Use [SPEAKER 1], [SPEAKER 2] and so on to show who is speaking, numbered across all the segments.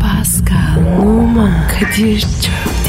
[SPEAKER 1] Pascal, Oman, Kadir çok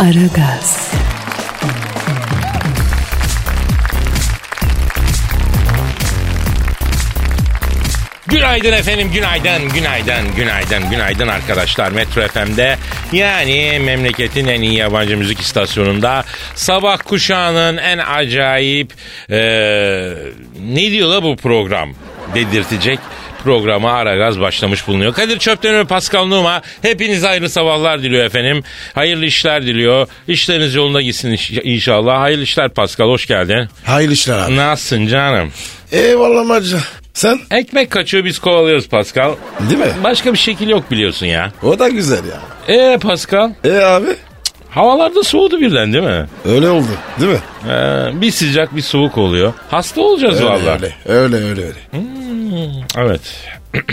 [SPEAKER 1] Aragaz,
[SPEAKER 2] Günaydın efendim, günaydın, günaydın, günaydın, günaydın arkadaşlar. Metro FM'de yani memleketin en iyi yabancı müzik istasyonunda sabah kuşağının en acayip eee ne diyor la bu program dedirtecek programa Aragaz başlamış bulunuyor. Kadir Çöpten ve Pascal Numa hepinize hayırlı sabahlar diliyor efendim. Hayırlı işler diliyor. İşleriniz yolunda gitsin inş- inşallah. Hayırlı işler Pascal hoş geldin.
[SPEAKER 3] Hayırlı işler abi.
[SPEAKER 2] Nasılsın canım?
[SPEAKER 3] Eyvallah Macı. Sen
[SPEAKER 2] Ekmek kaçıyor biz kovalıyoruz Pascal.
[SPEAKER 3] değil mi?
[SPEAKER 2] Başka bir şekil yok biliyorsun ya.
[SPEAKER 3] O da güzel ya.
[SPEAKER 2] Ee Pascal,
[SPEAKER 3] E abi
[SPEAKER 2] havalarda soğudu birden değil mi?
[SPEAKER 3] öyle oldu değil mi?
[SPEAKER 2] Ee, bir sıcak bir soğuk oluyor. Hasta olacağız
[SPEAKER 3] Öyle
[SPEAKER 2] vallahi.
[SPEAKER 3] öyle öyle öyle. öyle.
[SPEAKER 2] Evet.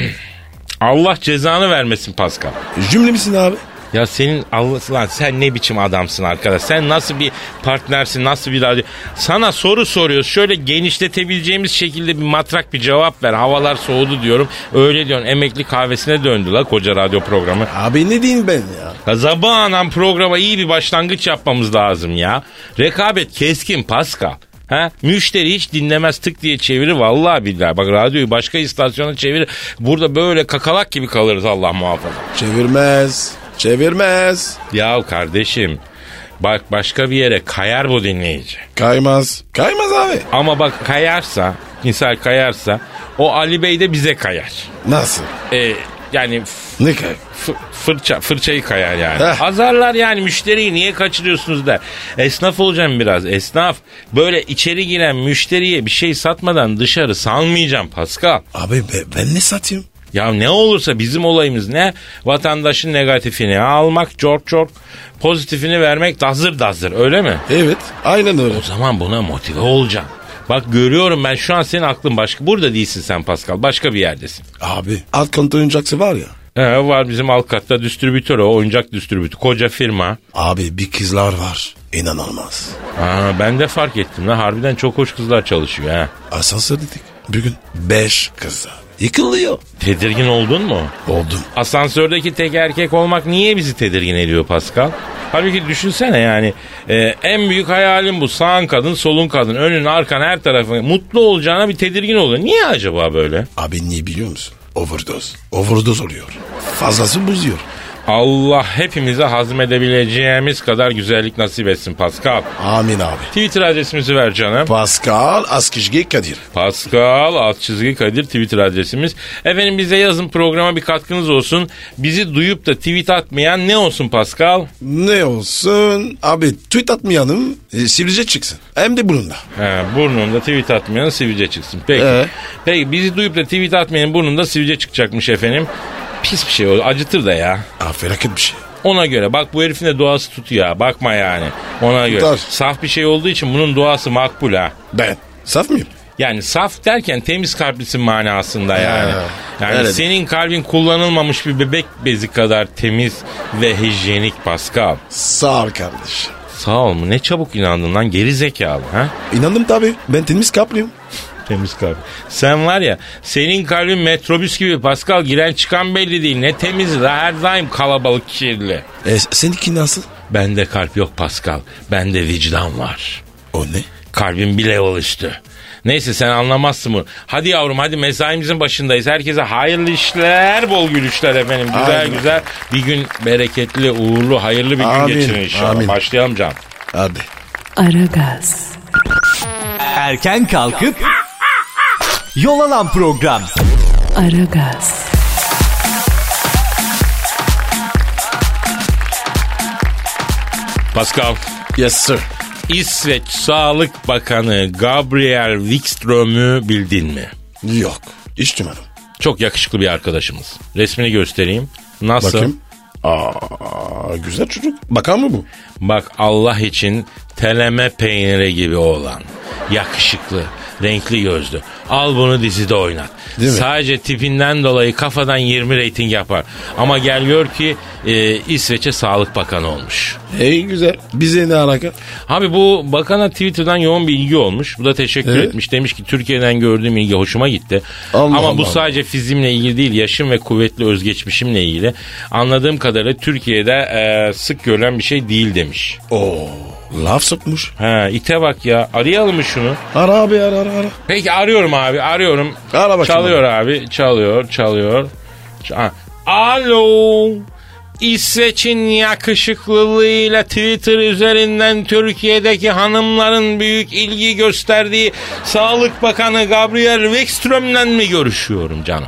[SPEAKER 2] Allah cezanı vermesin Pascal.
[SPEAKER 3] Cümle misin abi?
[SPEAKER 2] Ya senin Allah lan sen ne biçim adamsın arkadaş? Sen nasıl bir partnersin? Nasıl bir radyo? Sana soru soruyoruz. Şöyle genişletebileceğimiz şekilde bir matrak bir cevap ver. Havalar soğudu diyorum. Öyle diyorsun. Emekli kahvesine döndü la koca radyo programı.
[SPEAKER 3] Abi ne diyeyim ben ya?
[SPEAKER 2] Ya Zabanan programa iyi bir başlangıç yapmamız lazım ya. Rekabet keskin Paska. Ha? Müşteri hiç dinlemez tık diye çevirir vallahi billahi. Bak radyoyu başka istasyona çevir. Burada böyle kakalak gibi kalırız Allah muhafaza.
[SPEAKER 3] Çevirmez. Çevirmez.
[SPEAKER 2] Ya kardeşim bak başka bir yere kayar bu dinleyici.
[SPEAKER 3] Kaymaz. Kaymaz abi.
[SPEAKER 2] Ama bak kayarsa, insan kayarsa o Ali Bey de bize kayar.
[SPEAKER 3] Nasıl?
[SPEAKER 2] Ee, yani
[SPEAKER 3] Ne kay?
[SPEAKER 2] Fı- fırça fırçayı kayar yani.
[SPEAKER 3] Heh.
[SPEAKER 2] Azarlar yani müşteriyi niye kaçırıyorsunuz der. Esnaf olacağım biraz esnaf. Böyle içeri giren müşteriye bir şey satmadan dışarı salmayacağım Pascal.
[SPEAKER 3] Abi be- ben ne satayım?
[SPEAKER 2] Ya ne olursa bizim olayımız ne? Vatandaşın negatifini almak çok çok pozitifini vermek dazır dazır öyle mi?
[SPEAKER 3] Evet aynen öyle.
[SPEAKER 2] O zaman buna motive olacaksın. Bak görüyorum ben şu an senin aklın başka. Burada değilsin sen Pascal. Başka bir yerdesin.
[SPEAKER 3] Abi alt kontrol oyuncaksı var ya.
[SPEAKER 2] He, var bizim alt katta distribütör o oyuncak distribütörü. Koca firma.
[SPEAKER 3] Abi bir kızlar var. İnanılmaz.
[SPEAKER 2] Aa, ben de fark ettim lan. Harbiden çok hoş kızlar çalışıyor ha.
[SPEAKER 3] Asansör dedik. Bugün 5 kız abi. Yıkılıyor.
[SPEAKER 2] Tedirgin oldun mu?
[SPEAKER 3] Oldum.
[SPEAKER 2] Asansördeki tek erkek olmak niye bizi tedirgin ediyor Pascal? Halbuki düşünsene yani e, en büyük hayalim bu. Sağın kadın, solun kadın, önün, arkan, her tarafın mutlu olacağına bir tedirgin oluyor. Niye acaba böyle?
[SPEAKER 3] Abi niye biliyor musun? Overdose. Overdose oluyor. Fazlası bozuyor.
[SPEAKER 2] Allah hepimize hazmedebileceğimiz kadar güzellik nasip etsin Pascal.
[SPEAKER 3] Amin abi.
[SPEAKER 2] Twitter adresimizi ver canım.
[SPEAKER 3] Pascal Askizgi Kadir.
[SPEAKER 2] Pascal alt çizgi Kadir Twitter adresimiz. Efendim bize yazın programa bir katkınız olsun. Bizi duyup da tweet atmayan ne olsun Pascal?
[SPEAKER 3] Ne olsun? Abi tweet atmayanım e, sivilce çıksın. Hem de bununla.
[SPEAKER 2] He, burnunda tweet atmayan sivilce çıksın. Peki.
[SPEAKER 3] Ee?
[SPEAKER 2] Peki bizi duyup da tweet atmayan burnunda sivilce çıkacakmış efendim. Pis bir şey o. Acıtır da ya.
[SPEAKER 3] Aa, felaket bir şey.
[SPEAKER 2] Ona göre. Bak bu herifin de doğası tutuyor. ha. Bakma yani. Ona göre.
[SPEAKER 3] Tutar.
[SPEAKER 2] Saf bir şey olduğu için bunun doğası makbul ha.
[SPEAKER 3] Ben. Saf mıyım?
[SPEAKER 2] Yani saf derken temiz kalplisin manasında yani.
[SPEAKER 3] Ha,
[SPEAKER 2] yani
[SPEAKER 3] öyle
[SPEAKER 2] senin kalbin kullanılmamış bir bebek bezi kadar temiz ve hijyenik Pascal.
[SPEAKER 3] Sağ ol kardeş.
[SPEAKER 2] Sağ ol mu? Ne çabuk inandın lan geri zekalı ha?
[SPEAKER 3] İnandım tabii. Ben temiz kaplıyım.
[SPEAKER 2] Temiz kalp. Sen var ya senin kalbin metrobüs gibi Pascal giren çıkan belli değil. Ne temiz la her daim kalabalık kirli.
[SPEAKER 3] E, seninki nasıl?
[SPEAKER 2] Bende kalp yok Pascal. Bende vicdan var.
[SPEAKER 3] O ne?
[SPEAKER 2] Kalbim bile yol üstü. Neyse sen anlamazsın bunu. Hadi yavrum hadi mesaimizin başındayız. Herkese hayırlı işler, bol gülüşler efendim. Güzel
[SPEAKER 3] Aynen.
[SPEAKER 2] güzel bir gün bereketli, uğurlu, hayırlı bir
[SPEAKER 3] Amin,
[SPEAKER 2] gün geçirin inşallah.
[SPEAKER 3] amin.
[SPEAKER 2] Başlayalım canım.
[SPEAKER 3] Hadi.
[SPEAKER 1] Aragaz,
[SPEAKER 4] Erken kalkıp yol alan program.
[SPEAKER 1] Aragaz,
[SPEAKER 2] Pascal,
[SPEAKER 3] Yes sir.
[SPEAKER 2] İsveç Sağlık Bakanı Gabriel Wikström'ü bildin mi?
[SPEAKER 3] Yok. Hiç duymadım.
[SPEAKER 2] Çok yakışıklı bir arkadaşımız. Resmini göstereyim. Nasıl?
[SPEAKER 3] Bakayım. Aa, güzel çocuk. Bakar mı bu?
[SPEAKER 2] Bak Allah için teleme peyniri gibi oğlan. Yakışıklı, renkli gözlü. Al bunu dizide oynat.
[SPEAKER 3] Değil mi?
[SPEAKER 2] Sadece tipinden dolayı kafadan 20 reyting yapar. Ama gel gör ki e, İsveç'e Sağlık Bakanı olmuş.
[SPEAKER 3] Ey güzel. Bize ne alaka?
[SPEAKER 2] Abi bu bakana Twitter'dan yoğun bir ilgi olmuş. Bu da teşekkür
[SPEAKER 3] Evet.
[SPEAKER 2] etmiş. Demiş ki Türkiye'den gördüğüm ilgi hoşuma gitti.
[SPEAKER 3] Allah
[SPEAKER 2] Ama bu
[SPEAKER 3] Allah.
[SPEAKER 2] sadece fizimle ilgili değil, yaşım ve kuvvetli özgeçmişimle ilgili. Anladığım kadarıyla Türkiye'de e, sık görülen bir şey değil demiş.
[SPEAKER 3] Oo, laf sokmuş.
[SPEAKER 2] Ha ite bak ya. Arayalım mı şunu?
[SPEAKER 3] Ara abi ara ara ara.
[SPEAKER 2] Peki arıyorum abi arıyorum.
[SPEAKER 3] Ara bakayım
[SPEAKER 2] Çalıyor abi çalıyor çalıyor. Ç- Ha. Alo. İsveç'in yakışıklılığıyla Twitter üzerinden Türkiye'deki hanımların büyük ilgi gösterdiği Sağlık Bakanı Gabriel Wikström'le mi görüşüyorum canım?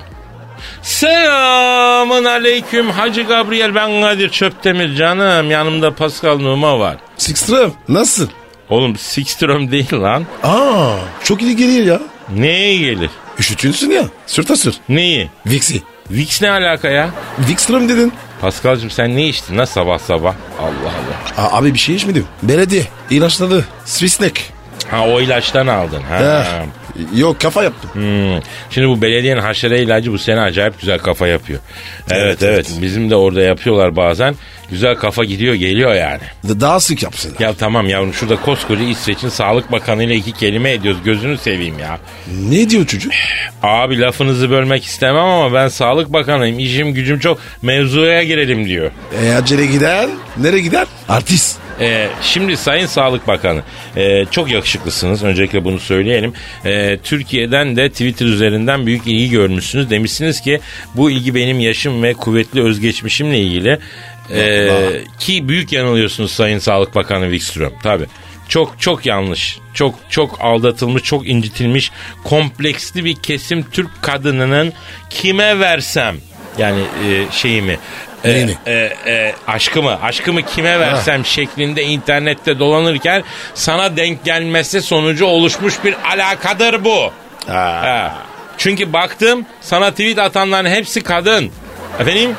[SPEAKER 2] Selamın aleyküm Hacı Gabriel ben Kadir Çöptemir canım yanımda Pascal Numa var.
[SPEAKER 3] Sixtrem nasılsın?
[SPEAKER 2] Oğlum Sixström değil lan.
[SPEAKER 3] Aa, çok iyi gelir ya.
[SPEAKER 2] Neye gelir?
[SPEAKER 3] Üşütüyorsun ya. Sırta sır.
[SPEAKER 2] Neyi?
[SPEAKER 3] Vixi.
[SPEAKER 2] Vicks ne alaka ya?
[SPEAKER 3] Wikström dedin.
[SPEAKER 2] Paskal'cığım sen ne içtin la sabah sabah? Allah Allah.
[SPEAKER 3] Aa, abi bir şey içmedim. Belediye. İlaçladı. Swissnek.
[SPEAKER 2] Ha o ilaçtan aldın ha.
[SPEAKER 3] Eh, Yok kafa yaptım.
[SPEAKER 2] Hmm. Şimdi bu belediyenin haşere ilacı bu sene acayip güzel kafa yapıyor. Evet evet,
[SPEAKER 3] Evet, evet.
[SPEAKER 2] bizim de orada yapıyorlar bazen. Güzel kafa gidiyor geliyor yani.
[SPEAKER 3] Da- Daha sık yapsın.
[SPEAKER 2] Ya tamam yavrum şurada koskoca İsveç'in Sağlık Bakanı ile iki kelime ediyoruz gözünü seveyim ya.
[SPEAKER 3] Ne diyor çocuk?
[SPEAKER 2] Abi lafınızı bölmek istemem ama ben Sağlık Bakanıyım işim gücüm çok mevzuya girelim diyor.
[SPEAKER 3] E, acele gider. Nereye gider? Artist.
[SPEAKER 2] Ee, şimdi Sayın Sağlık Bakanı e, çok yakışıklısınız öncelikle bunu söyleyelim. E, Türkiye'den de Twitter üzerinden büyük ilgi görmüşsünüz. Demişsiniz ki bu ilgi benim yaşım ve kuvvetli özgeçmişimle ilgili. E, ki büyük yanılıyorsunuz Sayın Sağlık Bakanı Wikström tabi. Çok çok yanlış. Çok çok aldatılmış, çok incitilmiş, kompleksli bir kesim Türk kadınının kime versem yani e, şeyimi e,
[SPEAKER 3] Neyini?
[SPEAKER 2] e, e, aşkımı aşkımı kime versem şeklinde internette dolanırken sana denk gelmesi sonucu oluşmuş bir alakadır bu. Ha. Çünkü baktım sana tweet atanların hepsi kadın. Efendim?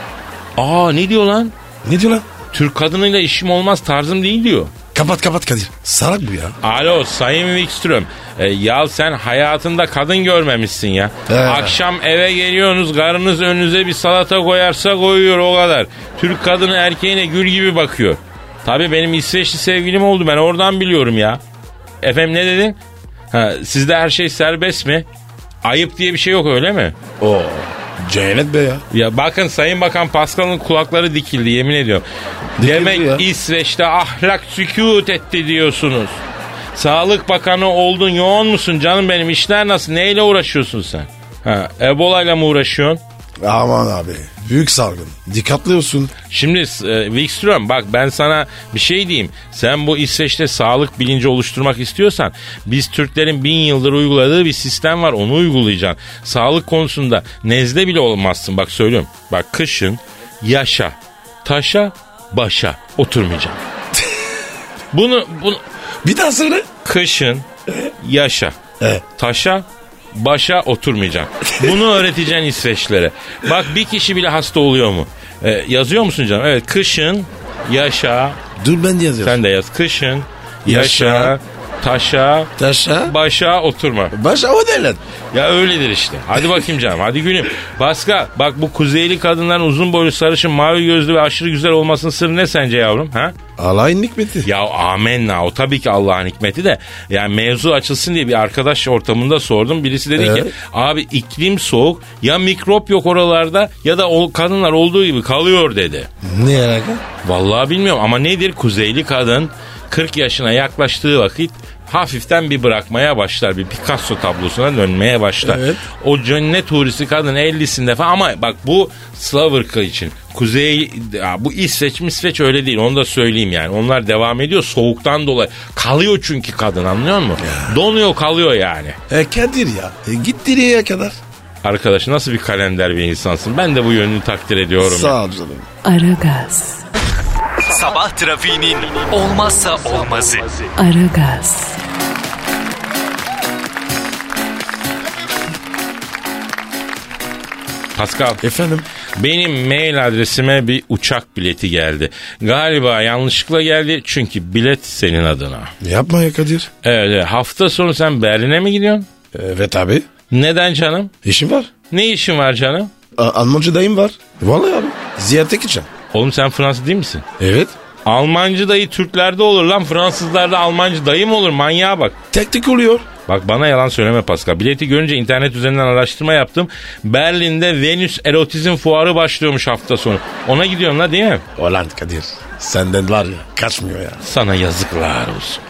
[SPEAKER 2] Aa ne diyor lan?
[SPEAKER 3] Ne diyor lan?
[SPEAKER 2] Türk kadınıyla işim olmaz tarzım değil diyor.
[SPEAKER 3] Kapat kapat Kadir. Salak bu ya.
[SPEAKER 2] Alo Sayın Wikström. E, ya sen hayatında kadın görmemişsin ya.
[SPEAKER 3] He.
[SPEAKER 2] Akşam eve geliyorsunuz karınız önünüze bir salata koyarsa koyuyor o kadar. Türk kadını erkeğine gül gibi bakıyor. Tabii benim İsveçli sevgilim oldu ben oradan biliyorum ya. Efendim ne dedin? Ha, sizde her şey serbest mi? Ayıp diye bir şey yok öyle mi?
[SPEAKER 3] Oo. Cennet be ya.
[SPEAKER 2] Ya bakın Sayın Bakan Pascal'ın kulakları dikildi yemin ediyorum.
[SPEAKER 3] Dikildi
[SPEAKER 2] Demek
[SPEAKER 3] ya.
[SPEAKER 2] İsveç'te ahlak sükut etti diyorsunuz. Sağlık Bakanı oldun yoğun musun canım benim işler nasıl neyle uğraşıyorsun sen? Ha, Ebola ile mi uğraşıyorsun?
[SPEAKER 3] Aman abi. Büyük salgın. Dikkatli olsun.
[SPEAKER 2] Şimdi e, Wikström bak ben sana bir şey diyeyim. Sen bu İsveç'te sağlık bilinci oluşturmak istiyorsan biz Türklerin bin yıldır uyguladığı bir sistem var onu uygulayacaksın. Sağlık konusunda nezle bile olmazsın bak söylüyorum. Bak kışın yaşa, taşa, başa oturmayacaksın. bunu, bunu
[SPEAKER 3] Bir daha söyle.
[SPEAKER 2] kışın yaşa,
[SPEAKER 3] E.
[SPEAKER 2] taşa, başa oturmayacaksın. Bunu öğreteceksin İsveçlilere. Bak bir kişi bile hasta oluyor mu? Ee, yazıyor musun canım? Evet kışın yaşa,
[SPEAKER 3] Dur ben de yazıyorum.
[SPEAKER 2] sen de yaz. Kışın yaşa,
[SPEAKER 3] Yaşa.
[SPEAKER 2] taşa,
[SPEAKER 3] Taşa.
[SPEAKER 2] başa oturma.
[SPEAKER 3] Başa o ne lan?
[SPEAKER 2] Ya öyledir işte. Hadi bakayım canım. Hadi günüm. Başka bak bu kuzeyli kadınların uzun boylu sarışın mavi gözlü ve aşırı güzel olmasının sırrı ne sence yavrum? Ha?
[SPEAKER 3] Alayın nikmeti.
[SPEAKER 2] Ya amenna o tabii ki Allah'ın hikmeti de yani mevzu açılsın diye bir arkadaş ortamında sordum. Birisi dedi ki
[SPEAKER 3] Evet.
[SPEAKER 2] abi iklim soğuk ya mikrop yok oralarda ya da o kadınlar olduğu gibi kalıyor dedi.
[SPEAKER 3] Ne alaka?
[SPEAKER 2] Vallahi bilmiyorum ama nedir kuzeyli kadın 40 yaşına yaklaştığı vakit hafiften bir bırakmaya başlar. Bir Picasso tablosuna dönmeye başlar.
[SPEAKER 3] Evet.
[SPEAKER 2] O cennet hurisi kadın 50'sinde falan ama bak bu Slavrka için. Kuzey ya bu İsveç misveç öyle değil onu da söyleyeyim yani. Onlar devam ediyor soğuktan dolayı. Kalıyor çünkü kadın anlıyor musun? Donuyor kalıyor yani.
[SPEAKER 3] E Kadir ya. E, git nereye kadar?
[SPEAKER 2] Arkadaş nasıl bir kalender bir insansın. Ben de bu yönünü takdir ediyorum. ya.
[SPEAKER 3] Sağ ol canım.
[SPEAKER 1] Aragaz,
[SPEAKER 4] Sabah trafiğinin olmazsa olmazı.
[SPEAKER 1] Aragaz,
[SPEAKER 2] Pascal.
[SPEAKER 3] Efendim?
[SPEAKER 2] Benim mail adresime bir uçak bileti geldi. Galiba yanlışlıkla geldi çünkü bilet senin adına.
[SPEAKER 3] Yapma ya Kadir. E,
[SPEAKER 2] Evet, evet. hafta sonu sen Berlin'e mi gidiyorsun?
[SPEAKER 3] Evet abi.
[SPEAKER 2] Neden canım?
[SPEAKER 3] İşim var.
[SPEAKER 2] Ne işin var canım?
[SPEAKER 3] A- Almancı dayım var. Vallahi abi. Ziyarete gideceğim.
[SPEAKER 2] Oğlum sen Fransız değil misin?
[SPEAKER 3] Evet.
[SPEAKER 2] Almancı dayı Türklerde olur lan Fransızlarda Almancı dayı mı olur manyağa bak.
[SPEAKER 3] Tek tek oluyor.
[SPEAKER 2] Bak bana yalan söyleme Pascal. Bileti görünce internet üzerinden araştırma yaptım. Berlin'de Venüs Erotizm Fuarı başlıyormuş hafta sonu. Ona gidiyorsun la değil mi?
[SPEAKER 3] Olan Kadir. Senden var ya kaçmıyor ya.
[SPEAKER 2] Sana yazıklar olsun.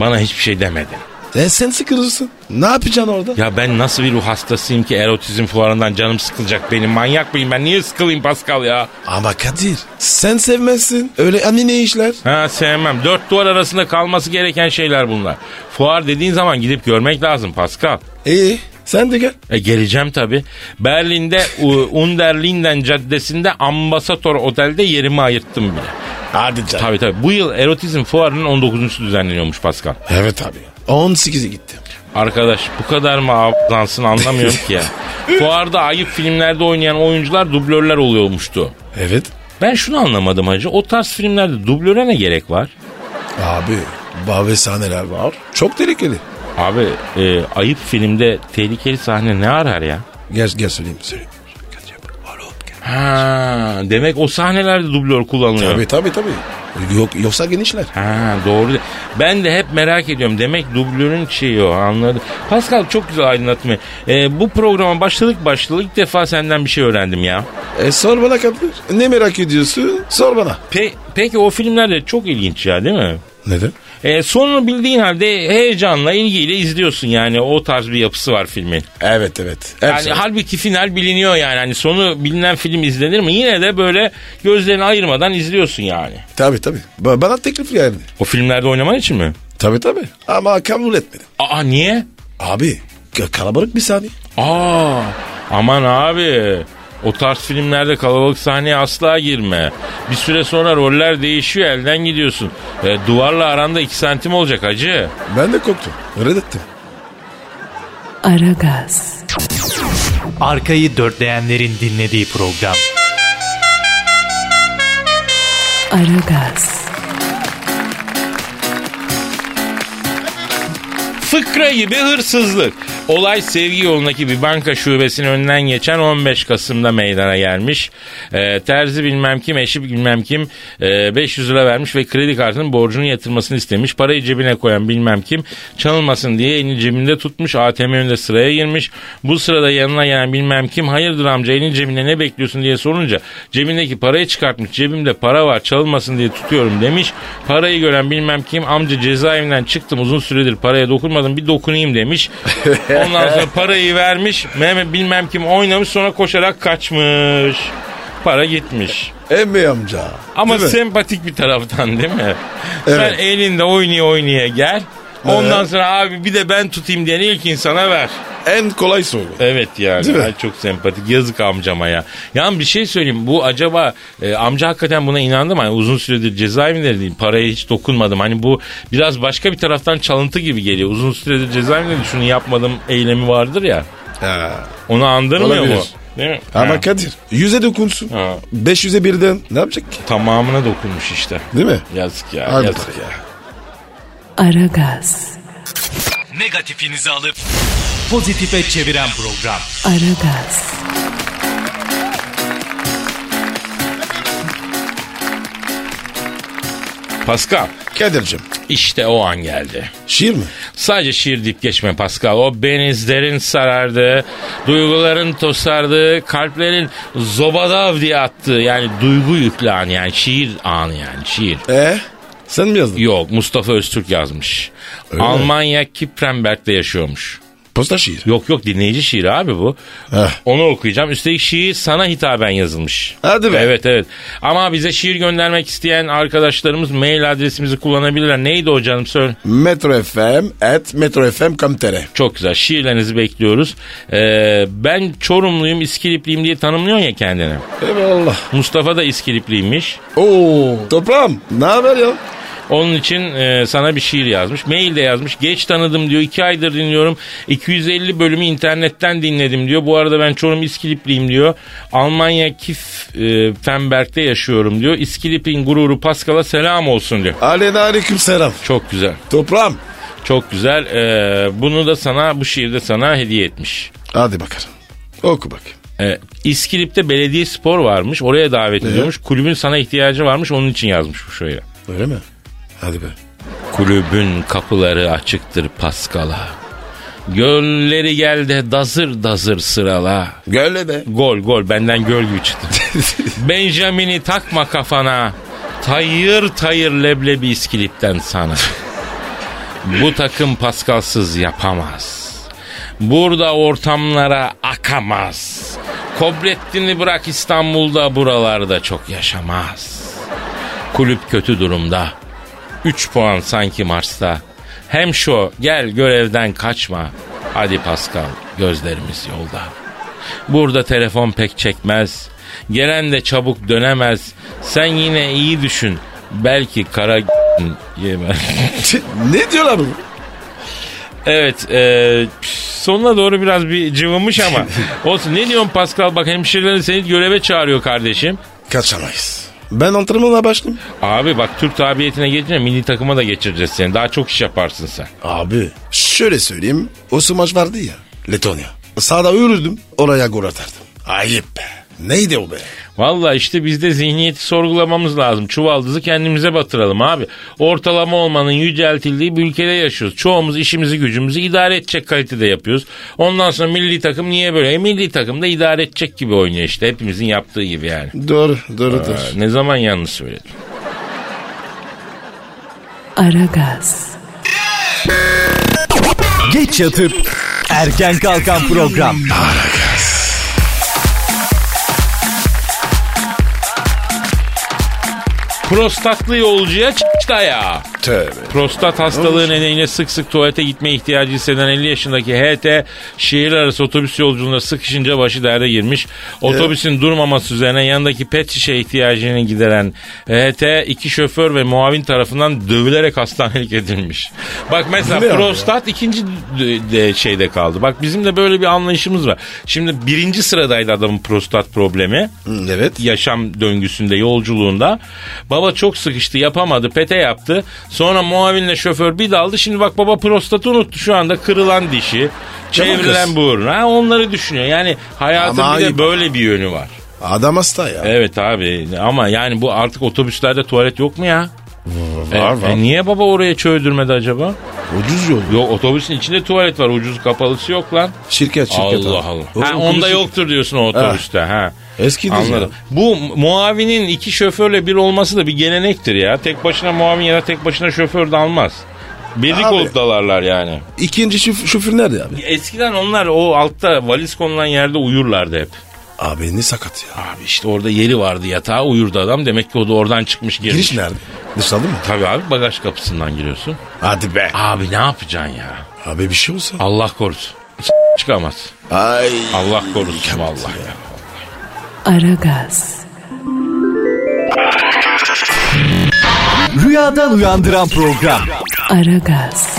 [SPEAKER 2] Bana hiçbir şey demedin.
[SPEAKER 3] E sen sıkılırsın. Ne yapacaksın orada?
[SPEAKER 2] Ya ben nasıl bir ruh hastasıyım ki erotizm fuarından canım sıkılacak benim. Manyak mıyım ben? Niye sıkılayım Pascal ya?
[SPEAKER 3] Ama Kadir sen sevmezsin. Öyle hani ne işler?
[SPEAKER 2] Ha sevmem. Dört duvar arasında kalması gereken şeyler bunlar. Fuar dediğin zaman gidip görmek lazım Pascal.
[SPEAKER 3] İyi sen de gel.
[SPEAKER 2] E geleceğim tabi. Berlin'de U- Unter Linden Caddesi'nde Ambasador Otel'de yerimi ayırttım bile.
[SPEAKER 3] Hadi canım.
[SPEAKER 2] Tabi tabi. Bu yıl erotizm fuarının 19.sü düzenleniyormuş Pascal.
[SPEAKER 3] Evet abi. 18'e gittim.
[SPEAKER 2] Arkadaş bu kadar mı ablansın anlamıyorum ki ya. Fuarda ayıp filmlerde oynayan oyuncular dublörler oluyormuştu.
[SPEAKER 3] Evet.
[SPEAKER 2] Ben şunu anlamadım hacı. O tarz filmlerde dublöre ne gerek var?
[SPEAKER 3] Abi bahve sahneler var. Çok tehlikeli.
[SPEAKER 2] Abi e, ayıp filmde tehlikeli sahne ne arar ya?
[SPEAKER 3] Gel, gel söyleyeyim. söyleyeyim. Kadir yapalım. Alo, gel.
[SPEAKER 2] Ha, demek o sahnelerde dublör kullanılıyor.
[SPEAKER 3] Tabii tabii tabii. Yok, yoksa genişler.
[SPEAKER 2] Ha doğru. Ben de hep merak ediyorum. Demek dublörün şeyi o anladım. Pascal çok güzel aydınlatma. E, bu programa başladık başladık ilk defa senden bir şey öğrendim ya.
[SPEAKER 3] E sor bana Kadir. Ne merak ediyorsun? Sor bana.
[SPEAKER 2] Pe- peki o filmler de çok ilginç ya değil mi?
[SPEAKER 3] Neden?
[SPEAKER 2] E, sonunu bildiğin halde heyecanla ilgiyle izliyorsun yani o tarz bir yapısı var filmin.
[SPEAKER 3] Evet evet. şey.
[SPEAKER 2] Yani halbuki final biliniyor yani. Hani sonu bilinen film izlenir mi? Yine de böyle gözlerini ayırmadan izliyorsun yani.
[SPEAKER 3] Tabii tabii. Ba- Bana teklif geldi.
[SPEAKER 2] O filmlerde oynaman için mi?
[SPEAKER 3] Tabii tabii. Ama kabul etmedim.
[SPEAKER 2] Aa niye?
[SPEAKER 3] Abi ka- kalabalık bir saniye.
[SPEAKER 2] Aa aman abi. O tarz filmlerde kalabalık sahneye asla girme. Bir süre sonra roller değişiyor elden gidiyorsun. E, duvarla aranda 2 santim olacak acı.
[SPEAKER 3] Ben de korktum. Reddettim.
[SPEAKER 1] Aragaz,
[SPEAKER 4] Arkayı dörtleyenlerin dinlediği program.
[SPEAKER 1] Aragaz,
[SPEAKER 2] Fıkra gibi hırsızlık. Olay sevgi yolundaki bir banka şubesinin önünden geçen 15 Kasım'da meydana gelmiş. Ee, terzi bilmem kim, eşi bilmem kim e, 500 lira vermiş ve kredi kartının borcunu yatırmasını istemiş. Parayı cebine koyan bilmem kim çalınmasın diye elini cebinde tutmuş. ATM önünde sıraya girmiş. Bu sırada yanına gelen bilmem kim hayırdır amca elin cebinde ne bekliyorsun diye sorunca cebindeki parayı çıkartmış. Cebimde para var çalınmasın diye tutuyorum demiş. Parayı gören bilmem kim amca cezaevinden çıktım uzun süredir paraya dokunmadım bir dokunayım demiş. Ondan sonra parayı vermiş. Mehmet bilmem kim oynamış sonra koşarak kaçmış. Para gitmiş.
[SPEAKER 3] Emmi amca.
[SPEAKER 2] Ama
[SPEAKER 3] Değil mi?
[SPEAKER 2] sempatik bir taraftan değil mi?
[SPEAKER 3] Evet.
[SPEAKER 2] Sen elinde oynaya oynaya gel. Ondan sonra abi bir de ben tutayım diyen ilk insana ver.
[SPEAKER 3] En kolay soru.
[SPEAKER 2] Evet yani
[SPEAKER 3] Değil mi?
[SPEAKER 2] Ay çok sempatik yazık amcama ya. Yani bir şey söyleyeyim bu acaba e, amca hakikaten buna inandı mı? Hani uzun süredir cezaevinde değil paraya hiç dokunmadım. Hani bu biraz başka bir taraftan çalıntı gibi geliyor. Uzun süredir cezaevinde değil, şunu yapmadım eylemi vardır ya.
[SPEAKER 3] Ha.
[SPEAKER 2] Onu andırmıyor
[SPEAKER 3] Olabilir.
[SPEAKER 2] mu? Değil mi?
[SPEAKER 3] Ama
[SPEAKER 2] Ha,
[SPEAKER 3] Kadir yüze dokunsun.
[SPEAKER 2] Ha.
[SPEAKER 3] 500'e birden ne yapacak ki?
[SPEAKER 2] tamamına dokunmuş işte.
[SPEAKER 3] Değil mi?
[SPEAKER 2] Yazık ya
[SPEAKER 3] Hadi
[SPEAKER 2] yazık
[SPEAKER 3] bak
[SPEAKER 2] ya.
[SPEAKER 1] Aragaz,
[SPEAKER 4] Negatifinizi alıp pozitife çeviren program.
[SPEAKER 1] Aragaz,
[SPEAKER 2] Pascal
[SPEAKER 3] Kadir'cim
[SPEAKER 2] işte o an geldi.
[SPEAKER 3] şiir mi?
[SPEAKER 2] Sadece şiir deyip geçme Pascal. O benizlerin sarardığı, duyguların tosardığı, kalplerin zobadav diye attığı yani duygu yüklü anı yani şiir anı yani şiir.
[SPEAKER 3] E sen mi yazdın?
[SPEAKER 2] Yok Mustafa Öztürk yazmış.
[SPEAKER 3] Öyle mi?
[SPEAKER 2] Almanya Kiprenberg'de yaşıyormuş.
[SPEAKER 3] Posta şiir.
[SPEAKER 2] Yok yok dinleyici şiiri abi bu.
[SPEAKER 3] Heh.
[SPEAKER 2] Onu okuyacağım. Üstelik şiir sana hitaben yazılmış.
[SPEAKER 3] Hadi be.
[SPEAKER 2] Evet evet. Ama bize şiir göndermek isteyen arkadaşlarımız mail adresimizi kullanabilirler. Neydi o canım söyle.
[SPEAKER 3] Metro FM at metrofm.com.tr
[SPEAKER 2] Çok güzel. Şiirlerinizi bekliyoruz. Ee, ben Çorumluyum, İskilipliyim diye tanımlıyorsun ya kendini.
[SPEAKER 3] Eyvallah.
[SPEAKER 2] Mustafa da İskilipliymiş.
[SPEAKER 3] Oo toprağım ne haber ya?
[SPEAKER 2] Onun için e, sana bir şiir yazmış. Mail de yazmış. Geç tanıdım diyor. 2 aydır dinliyorum. 250 bölümü internetten dinledim diyor. Bu arada ben Çorum İskilipliyim diyor. Almanya Kif e, Fenberg'de yaşıyorum diyor. İskilip'in gururu Paskal'a selam olsun diyor.
[SPEAKER 3] Aleyna aleyküm selam.
[SPEAKER 2] Çok güzel.
[SPEAKER 3] Toprağım.
[SPEAKER 2] Çok güzel. E, bunu da sana bu şiirde sana hediye etmiş.
[SPEAKER 3] Hadi bakalım. Oku bak.
[SPEAKER 2] E, İskilip'te belediye spor varmış. Oraya davet ediyormuş. Kulübün sana ihtiyacı varmış. Onun için yazmış bu şöyle.
[SPEAKER 3] Öyle mi? Hadi be.
[SPEAKER 2] Kulübün kapıları açıktır Paskal'a. Gölleri gel de dazır dazır sırala.
[SPEAKER 3] Gölle be.
[SPEAKER 2] Gol gol benden göl gibi çıktı. Benjamin'i takma kafana. Tayır tayır leblebi iskilipten sana. Bu takım Paskalsız yapamaz. Burada ortamlara akamaz. Kobrettin'i bırak İstanbul'da buralarda çok yaşamaz. Kulüp kötü durumda. 3 puan sanki Mars'ta. Hem şu gel görevden kaçma. Hadi Pascal gözlerimiz yolda. Burada telefon pek çekmez. Gelen de çabuk dönemez. Sen yine iyi düşün. Belki kara yeme.
[SPEAKER 3] ne diyorlar bu?
[SPEAKER 2] evet e, sonuna doğru biraz bir cıvımış ama. Olsun ne diyorsun Pascal bak hemşirelerin seni göreve çağırıyor kardeşim.
[SPEAKER 3] Kaçamayız. Ben antrenmana başladım.
[SPEAKER 2] Abi bak Türk tabiyetine geçince milli takıma da geçireceğiz seni. Daha çok iş yaparsın sen.
[SPEAKER 3] Abi. Şöyle söyleyeyim. O su maç vardı ya. Letonya. Sağda yürüdüm. Oraya gol atardım. Ayıp be. Neydi o be?
[SPEAKER 2] Valla işte bizde zihniyeti sorgulamamız lazım. Çuvaldızı kendimize batıralım abi. Ortalama olmanın yüceltildiği bir ülkede yaşıyoruz. Çoğumuz işimizi gücümüzü idare edecek kalitede yapıyoruz. Ondan sonra milli takım niye böyle? E, milli takım da idare edecek gibi oynuyor işte. Hepimizin yaptığı gibi yani.
[SPEAKER 3] Doğru, doğru,
[SPEAKER 2] Ha, ne zaman yanlış söyledim.
[SPEAKER 1] Aragaz,
[SPEAKER 4] Geç yatıp erken kalkan program.
[SPEAKER 2] Prostatlı yolcuya çıktı ayağı.
[SPEAKER 3] Tövbe.
[SPEAKER 2] Prostat hastalığı nedeniyle sık sık tuvalete gitme ihtiyacı hisseden 50 yaşındaki HT şehir arası otobüs yolculuğunda sıkışınca başı derde girmiş. Otobüsün durmaması üzerine yanındaki pet şişe ihtiyacını gideren HT iki şoför ve muavin tarafından dövülerek hastanelik edilmiş. Bak mesela
[SPEAKER 3] Ne ya?
[SPEAKER 2] prostat ikinci d- de şeyde kaldı. Bak bizim de böyle bir anlayışımız var. Şimdi birinci sıradaydı adamın prostat problemi
[SPEAKER 3] Hı, Evet.
[SPEAKER 2] yaşam döngüsünde yolculuğunda. Baba çok sıkıştı yapamadı pete yaptı. Sonra muavinle şoför bir daldı. Şimdi bak baba prostatı unuttu şu anda kırılan dişi. Çevrilen
[SPEAKER 3] kız.
[SPEAKER 2] burnu. Ha, onları düşünüyor. Yani hayatın
[SPEAKER 3] Ama
[SPEAKER 2] bir de
[SPEAKER 3] ayıp.
[SPEAKER 2] böyle bir yönü var.
[SPEAKER 3] Adam hasta ya.
[SPEAKER 2] Evet abi ama yani bu artık otobüslerde tuvalet yok mu ya?
[SPEAKER 3] var,
[SPEAKER 2] E,
[SPEAKER 3] var.
[SPEAKER 2] e, niye baba oraya çöldürmedi acaba?
[SPEAKER 3] Ucuz yol.
[SPEAKER 2] Yok otobüsün içinde tuvalet var. Ucuz kapalısı yok lan.
[SPEAKER 3] Şirket şirket.
[SPEAKER 2] Allah
[SPEAKER 3] abi.
[SPEAKER 2] Allah.
[SPEAKER 3] O-
[SPEAKER 2] Ha,
[SPEAKER 3] o-
[SPEAKER 2] onda
[SPEAKER 3] konuşur-
[SPEAKER 2] yoktur diyorsun o otobüste. Ha.
[SPEAKER 3] Eski değil
[SPEAKER 2] Anladım. Bu muavinin iki şoförle bir olması da bir gelenektir ya. Tek başına muavin ya da tek başına şoför de almaz. Birlik
[SPEAKER 3] Abi.
[SPEAKER 2] olup dalarlar yani.
[SPEAKER 3] İkinci şuf- şoför nerede abi?
[SPEAKER 2] Eskiden onlar o altta valiz konulan yerde uyurlardı hep.
[SPEAKER 3] Abi ne sakat ya.
[SPEAKER 2] Abi işte orada yeri vardı yatağa uyurdu adam. Demek ki o da oradan çıkmış girmiş.
[SPEAKER 3] Giriş nerede? Dışarıda mı?
[SPEAKER 2] Tabii abi bagaj kapısından giriyorsun.
[SPEAKER 3] Hadi be.
[SPEAKER 2] Abi ne yapacaksın ya?
[SPEAKER 3] Abi bir şey olsa.
[SPEAKER 2] Allah korusun. Çıkamaz.
[SPEAKER 3] Ay.
[SPEAKER 2] Allah korusun vallahi ya.
[SPEAKER 1] Aragaz,
[SPEAKER 4] Rüyadan uyandıran program.
[SPEAKER 1] Aragaz,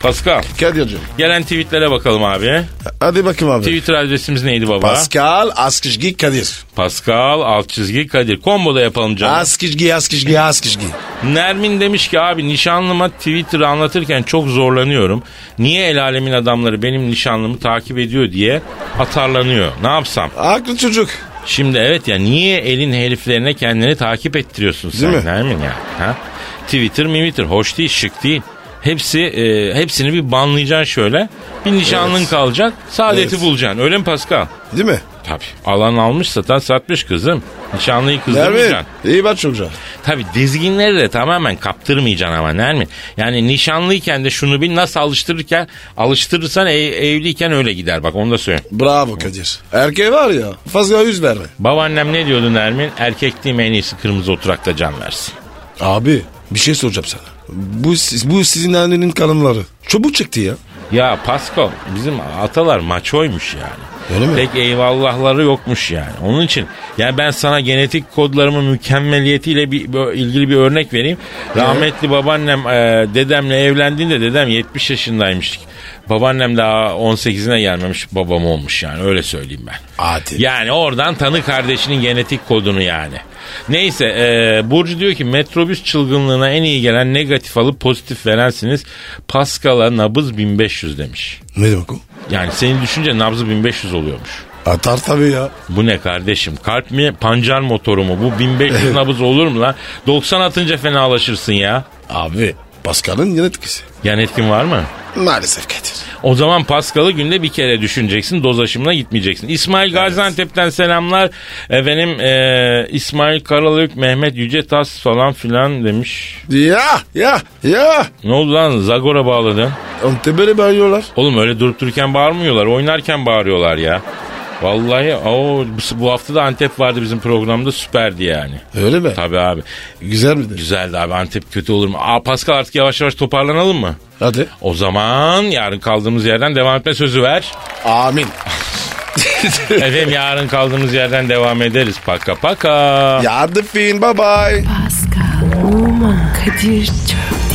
[SPEAKER 2] Pascal
[SPEAKER 3] Kadir'cim.
[SPEAKER 2] gelen tweetlere bakalım abi.
[SPEAKER 3] Hadi bakayım abi.
[SPEAKER 2] Twitter adresimiz neydi baba?
[SPEAKER 3] Pascal Askışgi Kadir.
[SPEAKER 2] Pascal alt çizgi Kadir. Combo da yapalım canım.
[SPEAKER 3] Askışgi Askışgi Askışgi.
[SPEAKER 2] Nermin demiş ki abi nişanlıma Twitter'ı anlatırken çok zorlanıyorum. Niye el alemin adamları benim nişanlımı takip ediyor diye atarlanıyor. Ne yapsam?
[SPEAKER 3] Haklı çocuk.
[SPEAKER 2] Şimdi evet ya niye elin heriflerine kendini takip ettiriyorsun sen
[SPEAKER 3] Değil mi?
[SPEAKER 2] Nermin ya? Ha? Twitter, Mimitter hoş değil şık değil. Hepsi e, hepsini bir banlayacaksın şöyle. Bir nişanlın
[SPEAKER 3] Evet.
[SPEAKER 2] kalacak. Saadeti
[SPEAKER 3] Evet.
[SPEAKER 2] bulacaksın. Öyle mi Pascal?
[SPEAKER 3] Değil mi?
[SPEAKER 2] Tabii. Alan almış satan satmış kızım. Nişanlıyı kızdırmayacaksın.
[SPEAKER 3] Nermin. İyi bak çocuğa.
[SPEAKER 2] Tabi dizginleri de tamamen kaptırmayacaksın ama Nermin. Yani nişanlıyken de şunu bil nasıl alıştırırken alıştırırsan ev- evliyken öyle gider bak onu da söyleyeyim.
[SPEAKER 3] Bravo Kadir. Erkeğe var ya fazla yüz verme.
[SPEAKER 2] Babaannem ne diyordu Nermin? Erkekliğim en iyisi kırmızı oturakta can versin.
[SPEAKER 3] Abi bir şey soracağım sana. Bu, siz- bu sizin annenin kanımları. Çabuk çıktı ya.
[SPEAKER 2] Ya Pascal bizim atalar maçoymuş yani.
[SPEAKER 3] Öyle mi?
[SPEAKER 2] Pek eyvallahları yokmuş yani. Onun için yani ben sana genetik kodlarımın mükemmeliyetiyle bir, bö- ilgili bir örnek vereyim. Rahmetli babaannem e, dedemle evlendiğinde dedem 70 yaşındaymış. Babaannem daha 18'ine gelmemiş babam olmuş yani öyle söyleyeyim ben.
[SPEAKER 3] Hadi.
[SPEAKER 2] Yani oradan tanı kardeşinin genetik kodunu yani. Neyse e, Burcu diyor ki metrobüs çılgınlığına en iyi gelen negatif alıp pozitif verensiniz. Pascal'a nabız 1500 demiş.
[SPEAKER 3] Ne demek o?
[SPEAKER 2] Yani seni düşünce nabzı 1500 oluyormuş.
[SPEAKER 3] Atar tabii ya.
[SPEAKER 2] Bu ne kardeşim? Kalp mi? Pancar motoru mu? Bu 1500 nabız olur mu lan? 90 atınca fenalaşırsın ya.
[SPEAKER 3] Abi Pascal'ın yan etkisi.
[SPEAKER 2] Yan etkin var mı?
[SPEAKER 3] Maalesef Kadir.
[SPEAKER 2] O zaman Paskal'ı günde bir kere düşüneceksin. Doz aşımına gitmeyeceksin. İsmail Gaziantep'ten selamlar. Efendim e, İsmail Karalök, Mehmet Yüce Tas falan filan demiş.
[SPEAKER 3] Ya ya ya.
[SPEAKER 2] Ne oldu lan? Zagor'a bağladın.
[SPEAKER 3] Antep'e bağırıyorlar.
[SPEAKER 2] Oğlum öyle durup dururken bağırmıyorlar. Oynarken bağırıyorlar ya. Vallahi o bu hafta da Antep vardı bizim programda süperdi yani.
[SPEAKER 3] Öyle mi?
[SPEAKER 2] Tabii abi.
[SPEAKER 3] Güzel midir?
[SPEAKER 2] Güzeldi abi Antep kötü olur mu? Aa Pascal artık yavaş yavaş toparlanalım mı?
[SPEAKER 3] Hadi.
[SPEAKER 2] O zaman yarın kaldığımız yerden devam etme sözü ver.
[SPEAKER 3] Amin.
[SPEAKER 2] Efendim yarın kaldığımız yerden devam ederiz. Paka paka.
[SPEAKER 3] Yardım fin bye bye.
[SPEAKER 1] Pascal, Oman, Kadir çok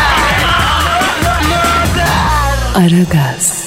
[SPEAKER 1] Aragaz.